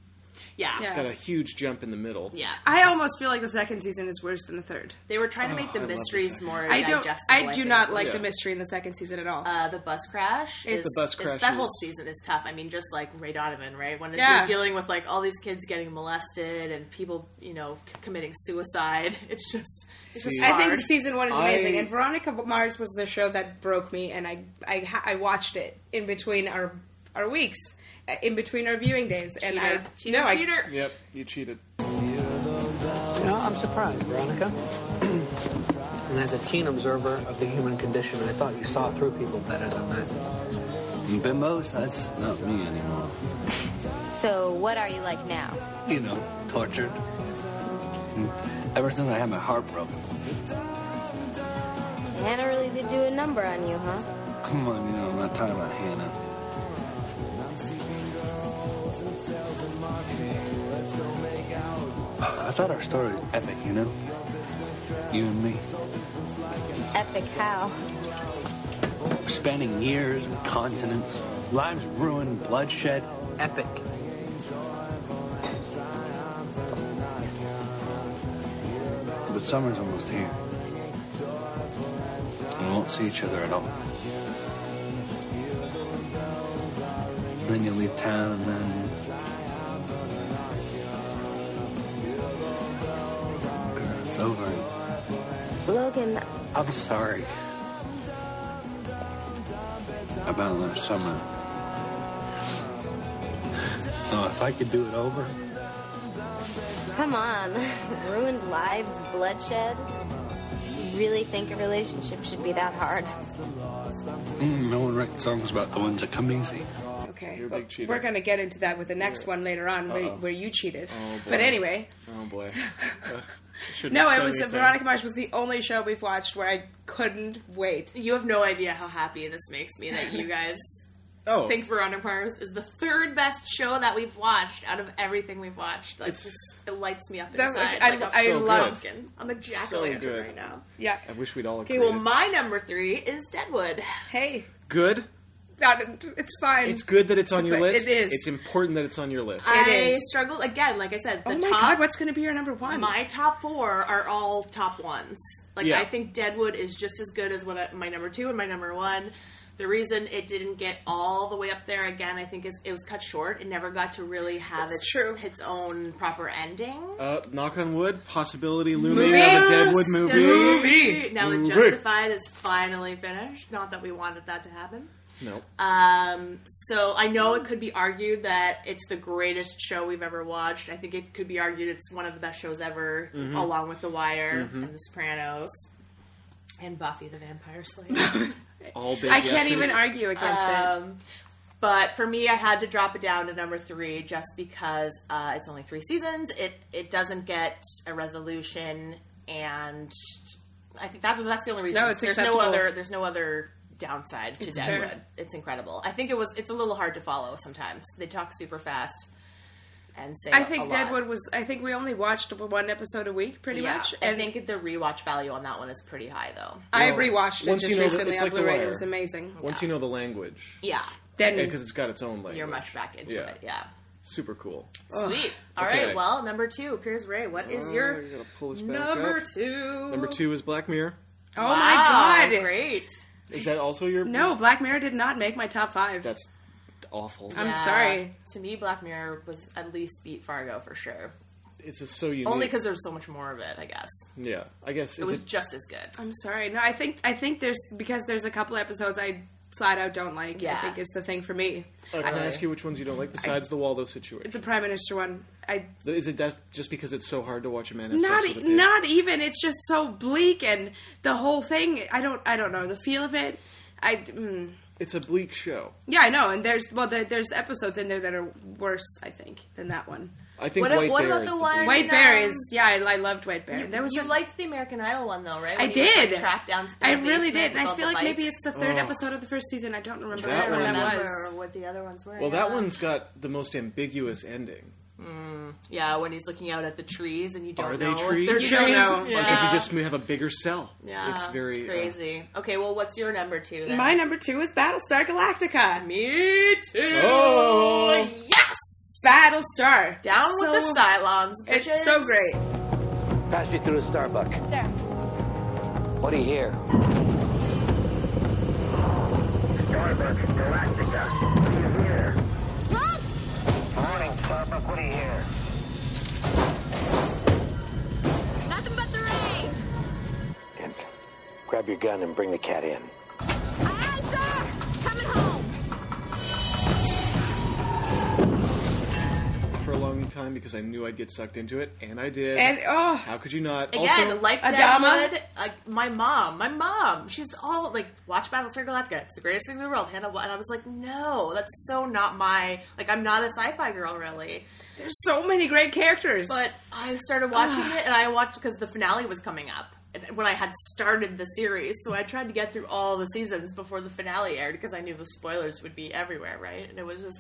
S3: Yeah.
S1: Yeah.
S2: Got a huge jump in the middle.
S3: Yeah.
S1: I almost feel like the second season is worse than the third.
S3: They were trying to make
S2: Oh, I
S3: the
S2: love the
S3: mysteries
S2: second.
S3: more
S1: I don't.
S3: digestible.
S1: I do
S3: think.
S1: not like the
S2: Yeah.
S1: mystery in the second season at all.
S3: Uh, the bus crash. Is,
S2: The bus
S3: is-
S2: crash
S3: that whole
S2: is-
S3: season is tough. I mean, just like Ray Donovan, right? When
S1: Yeah.
S3: you're dealing with like all these kids getting molested and people, you know, c- committing suicide, [laughs] it's just. It's
S2: See-
S3: just
S1: I
S3: hard.
S1: think season one is amazing,
S2: I-
S1: and Veronica Mars was the show that broke me, and I I, ha- I watched it in between our our weeks, uh, in between our viewing days, and I
S3: cheater,
S1: no,
S3: cheater.
S2: Yep. You cheated.
S10: No, I'm surprised, Veronica. and as a keen observer of the human condition, I thought you saw through people better than that.
S11: Bimbos? That's not me anymore.
S9: So, what are you like now?
S11: You know, tortured. Ever since I had my heart broken.
S9: Hannah really did do a number on you, huh?
S11: Come on, you know, I'm not talking about Hannah. I thought our story was epic, you know? You and me.
S9: Epic how?
S11: Spanning years and continents, lives ruined, bloodshed, epic. But summer's almost here. And we won't see each other at all. And then you leave town and then. Girl, It's over.
S9: Logan,
S11: I'm sorry. About last summer. Oh, if I could do it over,
S9: come on. [laughs] Ruined lives, bloodshed. You really think a relationship should be that hard?
S11: mm, no one writes songs about the ones that come easy.
S1: Okay.
S2: You're a
S1: Well,
S2: big cheater.
S1: We're going to get into that with the next
S2: Yeah.
S1: one later on where,
S2: Uh-oh.
S1: where you cheated.
S2: Oh, boy.
S1: but anyway.
S2: Oh
S1: [laughs]
S2: boy. Uh, shouldn't
S1: No,
S2: have
S1: it
S2: said
S1: was
S2: anything.
S1: Veronica Mars was the only show we've watched where I couldn't wait.
S3: You have no idea how happy this makes me that
S2: [laughs]
S3: you guys
S2: Oh.
S3: think Veronica Mars is the third best show that we've watched out of everything we've watched. Like, just it lights me up
S1: That-
S3: inside.
S1: I-
S3: like a
S1: I
S3: fucking
S2: love-
S3: pumpkin. I'm a jack o'
S2: So
S3: lantern
S2: good.
S3: right now.
S1: Yeah.
S2: I wish we'd all
S3: Okay,
S2: agree.
S3: well, my number three is Deadwood.
S1: Hey,
S2: good.
S1: that, it's fine.
S2: It's good that it's on your
S1: But
S2: list.
S1: it is.
S2: It's important that it's on your list.
S3: I
S1: is.
S3: struggled again. Like I said, the
S1: Oh my
S3: top
S1: god, what's going to be your number one?
S3: my top four are all top ones. Like
S1: Yeah.
S3: I think Deadwood is just as good as what I, my number two and my number one. The reason it didn't get all the way up there again, I think, is it was cut short. It never got to really have its its own proper ending.
S2: Uh, knock on wood. Possibility looming of a
S3: Movie.
S2: Deadwood movie.
S3: Movie. Now that
S2: Movie.
S3: Justified is finally finished. Not that we wanted that to happen.
S2: Nope.
S3: Um, so I know it could be argued that it's the greatest show we've ever watched. I think it could be argued it's one of the best shows ever,
S1: Mhm.
S3: along with The Wire
S1: Mhm.
S3: and The Sopranos and Buffy the Vampire Slayer.
S2: All big.
S1: I can't even argue against
S3: Um, But for me, I had to drop it down to number three just because uh, it's only three seasons. It it doesn't get a resolution, and I think that's that's the only reason.
S1: No, it's
S3: there's
S1: acceptable.
S3: no other there's no other downside to
S1: It's fair.
S3: Deadwood. It's incredible. I think it was it's a little hard to follow sometimes. They talk super fast and say.
S1: it. I
S3: a
S1: think
S3: lot.
S1: Deadwood was. I think we only watched one episode a week, pretty
S3: Yeah,
S1: much. Uh,
S3: I think the rewatch value on that one is pretty high, though.
S1: I rewatched it
S2: Once
S1: just
S2: you know the-
S1: recently
S2: it's
S1: on
S2: like The
S1: Blu-ray. It
S2: Wire.
S1: was amazing.
S2: Once you know the language.
S3: Yeah.
S1: Then-
S2: because it's got its own language.
S3: You're much back into
S2: Yeah.
S3: it. Yeah.
S2: Super cool.
S3: Sweet. All right.
S2: Okay.
S3: Well, number two, Piers Ray. What is
S2: Uh,
S3: your
S2: I gotta pull this back
S3: number
S2: up.
S3: two?
S2: Number two is Black Mirror.
S1: Oh
S3: Wow,
S1: my god!
S3: Great.
S2: Is that also your?
S1: No, Black Mirror did not make my top five.
S2: That's awful.
S1: I'm sorry.
S3: To me, Black Mirror was at least beat Fargo for sure.
S2: It's just so unique.
S3: Only because there's so much more of it. I guess
S2: Yeah, I guess
S3: it
S2: is
S3: was
S2: it-
S3: just as good.
S1: I'm sorry. No, I think I think there's because there's a couple episodes I flat out don't like. I
S3: Yeah.
S1: think is the thing for me.
S2: Uh, can I,
S1: I-
S2: ask you which ones you don't like besides the Waldo situation?
S1: The Prime Minister one. I
S2: Is it that just because it's so hard to watch a man have
S1: not e,
S2: sex with a pig?
S1: not even. It's just so bleak and the whole thing. I don't I don't know the feel of it. I mm,
S2: It's a bleak show.
S1: yeah I know. And there's well there, there's episodes in there that are worse I think than that one.
S2: I think What- White what Bear about is the the one, bleak-
S1: White Bear
S3: um,
S1: is yeah I, I loved White Bear.
S3: You,
S1: there was a,
S3: you liked the American Idol one though, right?
S1: I
S3: When he was, like,
S1: did.
S3: tracked down. to the
S1: I really
S3: basement
S1: did, and
S3: with
S1: I
S3: all
S1: feel
S3: the
S1: like maybe
S3: bikes.
S1: it's the third
S2: Oh.
S1: episode of the first season. I don't remember
S2: That
S1: which one
S2: one-
S1: that
S3: Remember
S1: was.
S3: what the other ones were?
S2: Well, that
S3: yeah.
S2: one's got the most ambiguous ending.
S3: Mm, yeah, when he's looking out at the trees and you don't
S2: Are
S3: know
S2: they trees?
S3: if they're trees.
S2: Or does he just have a bigger cell?
S3: Yeah,
S2: it's very uh,
S3: crazy. okay, well, what's your number two? Then?
S1: My number two is Battlestar Galactica.
S3: Me too.
S2: Oh.
S3: yes,
S1: Battlestar.
S3: down
S1: So-
S3: with the Cylons. Bitches.
S1: It's so great.
S11: Pass me through a Starbuck.
S9: Sir.
S11: What do you hear?
S8: Starbucks Galactica. What do you hear? Morning, Starbuck. What do you hear?
S9: Nothing but the rain.
S11: Grab your gun and bring the cat in.
S2: for a long time because I knew I'd get sucked into it, and I did.
S1: And, oh.
S2: how could you not?
S3: Again,
S2: also,
S3: like
S1: Adama?
S3: Deadwood, like my mom, my mom, she's all like, "Watch Battlestar Galactica; it's the greatest thing in the world." Hannah, and I was like, "No, that's so not my like. I'm not a sci-fi girl, really."
S1: There's so many great characters,
S3: but I
S1: [sighs]
S3: started watching it, and I watched because the finale was coming up and- when I had started the series. So I tried to get through all the seasons before the finale aired because I knew the spoilers would be everywhere, right? And it was just,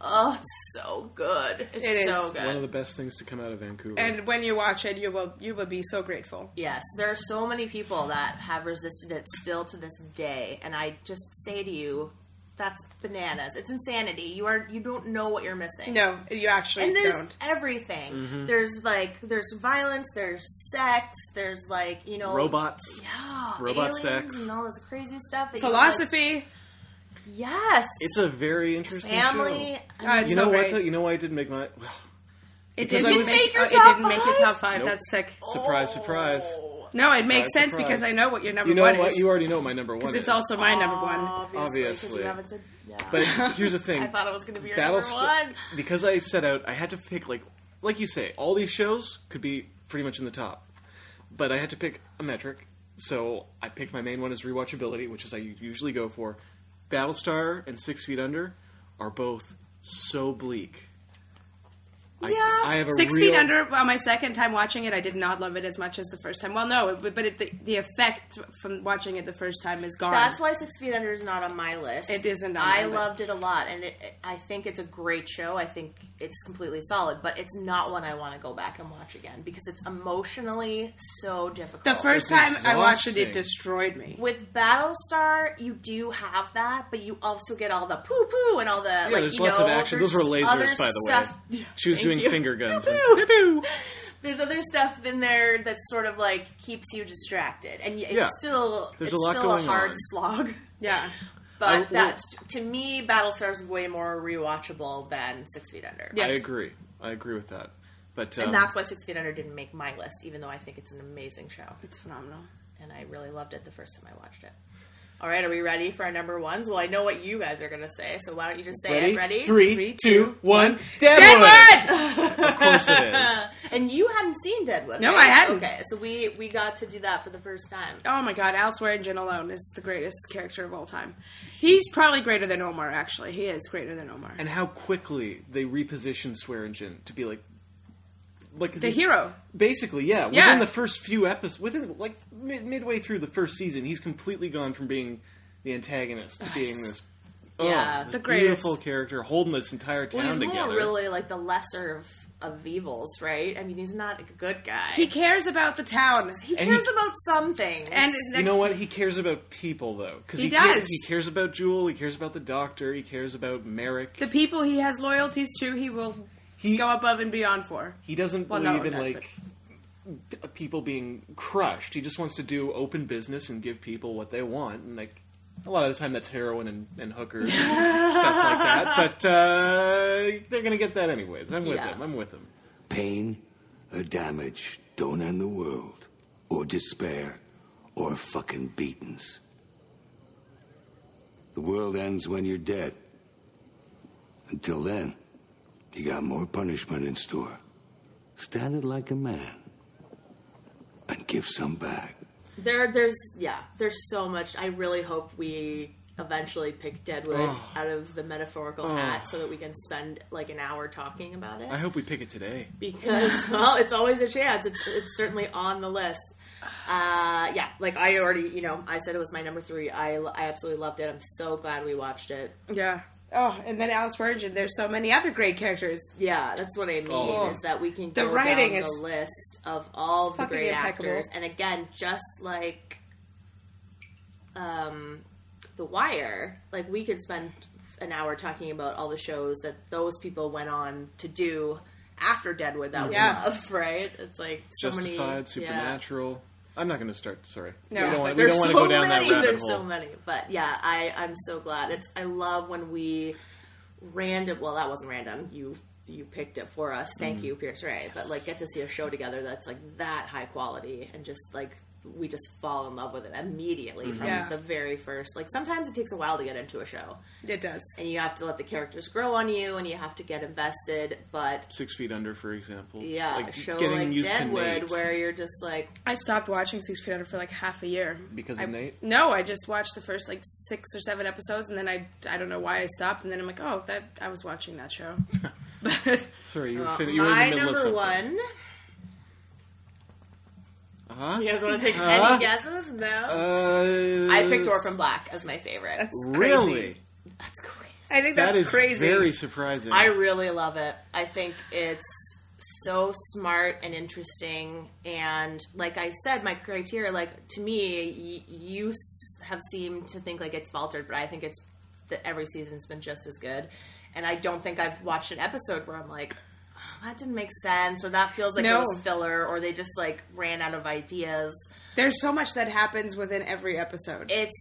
S3: oh, it's so good. It's
S1: It is.
S3: so good.
S2: one of the best things to come out of Vancouver.
S1: And when you watch it, you will you will be so grateful.
S3: Yes, there are so many people that have resisted it still to this day, and I just say to you, that's bananas. It's insanity. You are you don't know what you're missing.
S1: No, you actually
S3: and there's
S1: don't.
S3: everything.
S2: Mm-hmm.
S1: Mhm.
S3: There's like there's violence, there's sex, there's like you know [gasps]
S2: Robots.
S3: yeah,
S2: Robot
S3: aliens
S2: sex.
S3: and all this crazy stuff. That you,
S1: Philosophy.
S3: like- yes,
S2: It's a very interesting
S3: Family.
S2: show.
S1: Ah, it's
S2: you
S1: so
S2: know what?
S1: great.
S2: Though? You know why I didn't make my. Well,
S1: It
S2: because
S1: didn't
S2: I was-
S1: make your
S3: your
S1: it
S3: top
S1: didn't make your top five.
S2: Nope.
S1: That's sick.
S2: Surprise, surprise.
S1: No, it makes
S2: Surprise,
S1: sense because
S2: surprise.
S1: I know Oh. what your number
S2: you know
S1: one
S2: what?
S1: is.
S2: You already know what my number one
S1: because
S2: is.
S1: it's also my number one.
S2: Obviously.
S3: 'cause you haven't said- yeah.
S2: But here's the
S3: [laughs]
S2: thing.
S3: I thought it was going to be your
S2: Battle
S3: number one.
S2: because I set out, I had to pick like, like you say, all these shows could be pretty much in the top, but I had to pick a metric. So I picked my main one is rewatchability, which is I usually go for. Battlestar and Six Feet Under are both so bleak.
S1: Yeah,
S2: I have a
S1: Six
S2: real-
S1: Feet Under. Well, my second time watching it, I did not love it as much as the first time. Well, no, it, but it, the, the effect from watching it the first time is gone.
S3: That's why Six Feet Under is not on my list.
S1: It isn't on
S3: I
S1: mine, but-
S3: loved it a lot, and it, I think it's a great show. I think it's completely solid, but it's not one I want to go back and watch again because it's emotionally so difficult.
S1: the first time I watched it, it destroyed me.
S3: With Battlestar, you do have that, but you also get all the poo poo and all the
S2: Yeah,
S3: like,
S2: there's
S3: you
S2: lots
S3: know,
S2: of action. Those were
S3: there's other
S2: lasers, by the way. [laughs]
S3: stuff-
S2: She
S3: Thank
S2: was doing
S3: you.
S2: finger guns.
S3: [laughs]
S2: when-
S3: There's other stuff in there that sort of like keeps you distracted, and y- it's
S2: Yeah.
S3: still
S2: There's
S3: it's
S2: a lot
S3: still
S2: going
S3: a hard
S2: on.
S3: slog.
S1: Yeah,
S3: but
S2: I- well-
S3: that's to me, Battlestar is way more rewatchable than Six Feet Under.
S2: I agree. I agree with that. But um,
S3: and that's why Six Feet Under didn't make my list, even though I think it's an amazing show.
S1: It's phenomenal,
S3: and I really loved it the first time I watched it. All right, are we ready for our number ones? Well, I know what you guys are going to say, so why don't you just say
S2: ready?
S3: it? Ready?
S2: Three, two, one. Deadwood. of course it is.
S3: and you hadn't seen Deadwood.
S1: No,
S3: right?
S1: I hadn't.
S3: Okay, so we we got to do that for the first time.
S1: Oh my god, Al Swearingen alone is the greatest character of all time. He's probably greater than Omar, actually. He is greater than Omar.
S2: And how quickly they reposition Swearingen to be like, like 'cause
S1: The
S2: he's-
S1: hero.
S2: Basically, yeah. Within
S1: Yeah.
S2: the first few episodes, within like mid- midway through the first season, he's completely gone from being the antagonist to being this. Oh,
S3: Yeah,
S2: this
S3: the greatest.
S2: beautiful character holding this entire town
S3: Well, he's
S2: together.
S3: more really like the lesser of, of evils, right? I mean, he's not a good guy.
S1: He cares about the town.
S3: He
S2: And
S3: cares
S2: he-
S3: about something.
S2: you know what? He cares about people though, because
S1: He
S2: he ca-
S1: does.
S2: he cares about Jewel. He cares about the doctor. He cares about Merrick.
S1: The people he has loyalties to, he will go above and beyond for.
S2: He doesn't
S1: Well,
S2: believe
S1: no,
S2: in
S1: no,
S2: like p- people being crushed. He just wants to do open business and give people what they want. And like a lot of the time, that's heroin and, and
S3: [laughs]
S2: hookers and stuff like that. But uh, they're gonna get that anyways. I'm with
S12: Yeah.
S2: him. I'm with him.
S12: Pain or damage don't end the world, or despair, or fucking beatings. The world ends when you're dead. Until then, you got more punishment in store. Stand it like a man and give some back.
S3: There, there's yeah, there's so much. I really hope we eventually pick Deadwood
S2: Oh.
S3: out of the metaphorical
S2: Oh.
S3: hat so that we can spend like an hour talking about it.
S2: I hope we pick it today.
S3: because well, it's always a chance. It's it's certainly on the list. Uh, yeah, like I already, you know, I said it was my number three. I I absolutely loved it. I'm so glad we watched it.
S1: Yeah. Oh, and then Alice Virgin. There's so many other great characters.
S3: Yeah, that's what I mean
S1: Oh.
S3: is that we can
S1: The
S3: go
S1: writing
S3: down
S1: is
S3: the list of all the
S1: fucking
S3: great
S1: impeccable.
S3: actors, and again, just like um, The Wire, like we could spend an hour talking about all the shows that those people went on to do after Deadwood that
S1: Yeah.
S3: we love, [laughs] right? It's like so
S2: Justified,
S3: many, yeah.
S2: Supernatural. I'm not gonna start. Sorry,
S3: No,
S2: we don't,
S3: but
S2: want, we
S3: there's
S2: don't want to
S3: so
S2: go down
S3: many,
S2: that rabbit
S3: There's
S2: hole.
S3: so many, but yeah, I I'm so glad. It's I love when we random. Well, that wasn't random. You you picked it for us. Thank
S1: Mm.
S2: Mm-hmm.
S3: you, Pierce Ray. But like, get to see a show together that's like that high quality and just like we just fall in love with it immediately
S2: Mm-hmm.
S1: Mhm.
S3: from
S1: Yeah.
S3: the very first. Like sometimes it takes a while to get into a show.
S1: It does.
S3: And you have to let the characters grow on you, and you have to get invested. But
S2: Six Feet Under, for example.
S3: yeah,
S2: like
S3: a show
S2: getting
S3: like
S2: used to
S3: Deadwood,
S2: Nate
S3: where you're just like,
S1: I stopped watching Six Feet Under for like half a year.
S2: because
S1: I,
S2: of Nate.
S1: No, I just watched the first like six or seven episodes, and then I I don't know why I stopped, and then I'm like, oh, that I was watching that
S2: [laughs]
S1: show. but
S2: Sorry, you were,
S3: Uh,
S2: fin- you were in the
S3: my
S2: middle of
S3: number
S2: something.
S3: one.
S2: Uh-huh.
S3: You guys want to take
S2: Huh?
S3: [laughs] any guesses? No.
S2: Uh,
S3: I picked Orphan Black as my favorite.
S2: really?
S3: That's crazy. I think
S2: That
S3: that's
S2: is
S3: crazy.
S2: very surprising.
S3: I really love it. I think it's so smart and interesting. And like I said, my criteria, like to me, y- you s- have seemed to think like it's faltered, but I think it's that every season's been just as good. And I don't think I've watched an episode where I'm like, "Oh, that didn't make sense, or that feels like
S1: No.
S3: it was filler, or they just like ran out of ideas.
S1: there's so much that happens within every episode.
S3: It's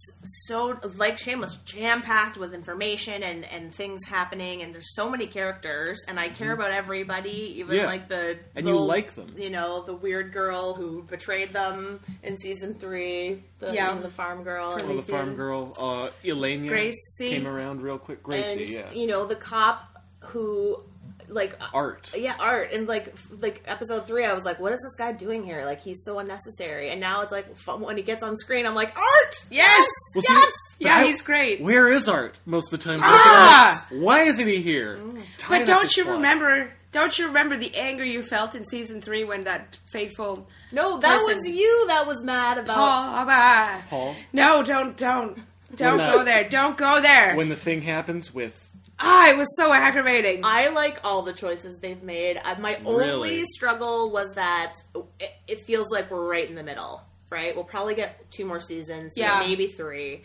S3: so like Shameless, jam packed with information and and things happening, and there's so many characters, and I care
S2: Mhm.
S3: about everybody, even
S2: Yeah.
S3: like the
S2: And you like them.
S3: you know, the weird girl who betrayed them in season three, the
S1: Yeah.
S3: the farm girl,
S2: Well, the farm girl, uh, Elena,
S3: Gracie.
S2: came around real quick. Gracie,
S3: and
S2: yeah.
S3: you know the cop who like uh,
S2: Art.
S3: yeah, art. And like f- like episode three, I was like, what is this guy doing here? Like he's so unnecessary. And now it's like f- when he gets on screen, I'm like, art. Yes.
S2: Well,
S3: yes.
S2: see,
S1: Yeah,
S2: I-
S1: he's great.
S2: Where is Art most of the time?
S1: Ah!
S2: Why isn't he here?
S3: Mm.
S2: Tie it
S1: But
S2: up
S1: don't
S2: with
S1: you
S2: plot.
S1: remember? Don't you remember the anger you felt in season three when that fateful?
S3: No, that
S1: person-
S3: was you that was mad about.
S1: Paul. ah,
S2: Paul?
S1: No, don't, don't, don't
S2: When the-
S1: go there. Don't go there.
S2: When the thing happens with
S1: Ah, it was so aggravating.
S3: I like all the choices they've made. I, my only
S2: Really?
S3: struggle was that it, it feels like we're right in the middle, right? We'll probably get two more seasons, yeah.
S1: Yeah.
S3: maybe three.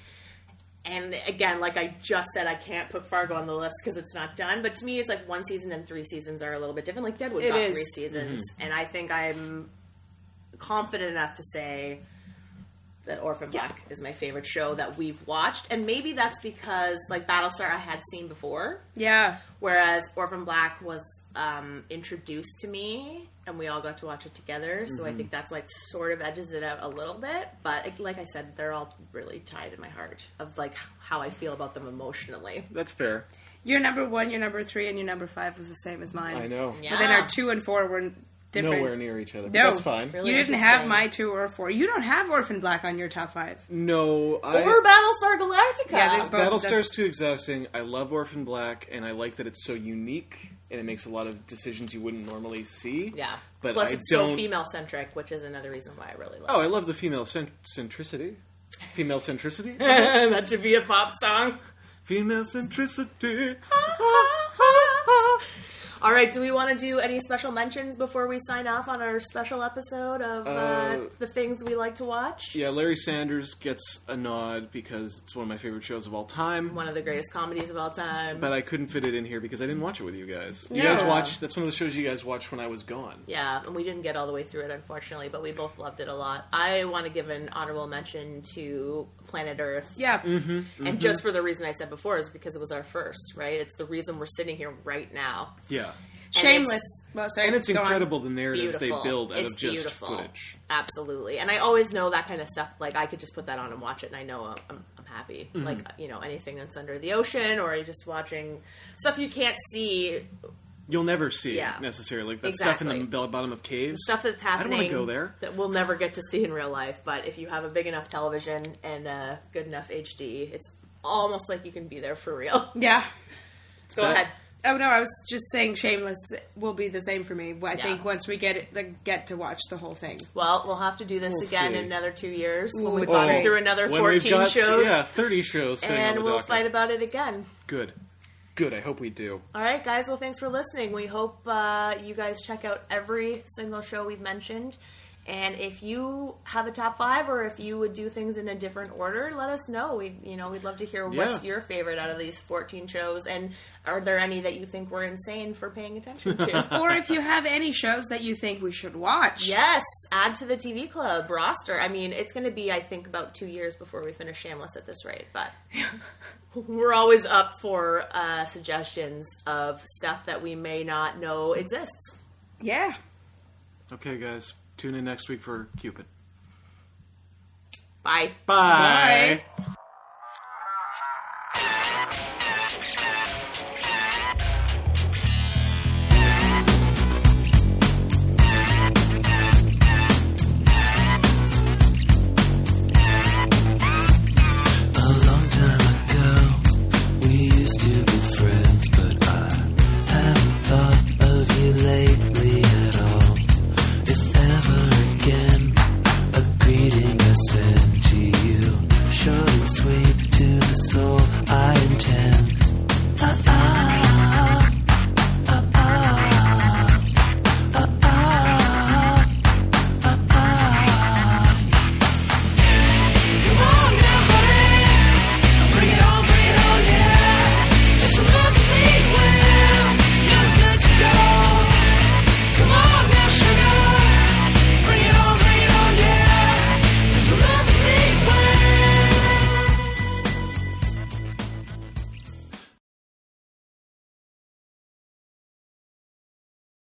S3: And again, like I just said, I can't put Fargo on the list because it's not done. But to me, it's like one season and three seasons are a little bit different. Like Deadwood
S1: It
S3: got
S1: is.
S3: three seasons,
S1: Mhm.
S3: and I think I'm confident enough to say that Orphan Black is my favorite show that we've watched, and maybe that's because like Battlestar I had seen before,
S1: yeah.
S3: Whereas Orphan Black was um, introduced to me, and we all got to watch it together. So I
S1: Mhm.
S3: think that's why it sort of edges it out a little bit. But it- like I said, they're all really tied in my heart of like how I feel about them emotionally.
S2: That's fair.
S1: Your number one, your number three, and your number five was the same as mine.
S2: I know.
S1: But then our two and four were different.
S2: Nowhere near each other, but
S1: No,
S2: that's fine. Really
S1: you didn't have
S2: interesting.
S1: my two or four. You don't have Orphan Black on your top five.
S2: No, I,
S3: Battlestar Galactica.
S1: Yeah, they both
S2: Battlestar's too exhausting. I love Orphan Black, and I like that it's so unique, and it makes a lot of decisions you wouldn't normally see.
S3: Yeah.
S2: but
S3: Plus,
S2: I
S3: it's
S2: don't.
S3: so female centric, which is another reason why I really love.
S2: oh, I love the female cent- centricity. Female centricity.
S3: [laughs] it. that should be a pop song.
S2: female centricity.
S3: All right, do we want to do any special mentions before we sign off on our special episode of uh,
S2: Uh,
S3: the things we like to watch?
S2: Yeah, Larry Sanders gets a nod because it's one of my favorite shows of all time.
S3: One of the greatest comedies of all time.
S2: But I couldn't fit it in here because I didn't watch it with you guys. You
S3: Yeah.
S2: guys watched. That's one of the shows you guys watched when I was gone.
S3: Yeah, and we didn't get all the way through it, unfortunately, but we both loved it a lot. I want to give an honorable mention to Planet Earth.
S1: Yeah.
S2: Mhm,
S3: And
S2: mhm.
S3: just for the reason I said before is because it was our first, right? It's the reason we're sitting here right now.
S2: Yeah.
S3: And
S1: Shameless.
S3: it's-
S1: Well, sorry,
S2: and it's
S1: go on.
S2: incredible the narratives
S3: Beautiful.
S2: they build out
S3: It's
S2: of just
S3: beautiful.
S2: footage.
S3: Absolutely. And I always know that kind of stuff. Like, I could just put that on and watch it, and I know I'm, I'm, I'm happy.
S2: Mhm.
S3: Like, you know, anything that's under the ocean or you're just watching stuff you can't see,
S2: You'll never see
S3: Yeah.
S2: necessarily like that stuff in the bell- bottom of caves.
S3: stuff that's happening.
S2: I don't want to go there.
S3: That we'll never get to see in real life. But if you have a big enough television and a good enough HD, it's almost like you can be there for real. [laughs]
S1: Yeah.
S3: Go ahead.
S1: Oh no, I was just saying Shameless will be the same for me. I
S3: Yeah.
S1: think once we get it, like, get to watch the whole
S2: [laughs]
S1: thing.
S3: Well, we'll have to do this
S1: We'll
S3: again
S1: see.
S3: in another two years
S1: Ooh,
S3: when we've
S1: it's
S3: gone
S1: great.
S3: through another
S2: When we've
S3: 14
S2: got-
S3: shows.
S2: yeah, 30 shows sitting on
S3: And
S2: the
S3: we'll
S2: docket.
S3: fight about it again.
S2: Good, good. I hope we do.
S3: All right, guys. Well, thanks for listening. We hope uh, you guys check out every single show we've mentioned. And if you have a top five, or if you would do things in a different order, let us know. We, you know, we'd love to hear what's
S2: Yeah.
S3: your favorite out of these fourteen shows, and are there any that you think we're insane for paying attention to?
S1: or if you have any shows that you think we should watch,
S3: yes, add to the TV club roster. I mean, it's going to be, I think, about two years before we finish Shameless at this rate, but we're always up for uh, suggestions of stuff that we may not know exists.
S1: Yeah.
S2: Okay, guys, tune in next week for Cupid.
S3: Bye.
S2: Bye.
S3: Bye.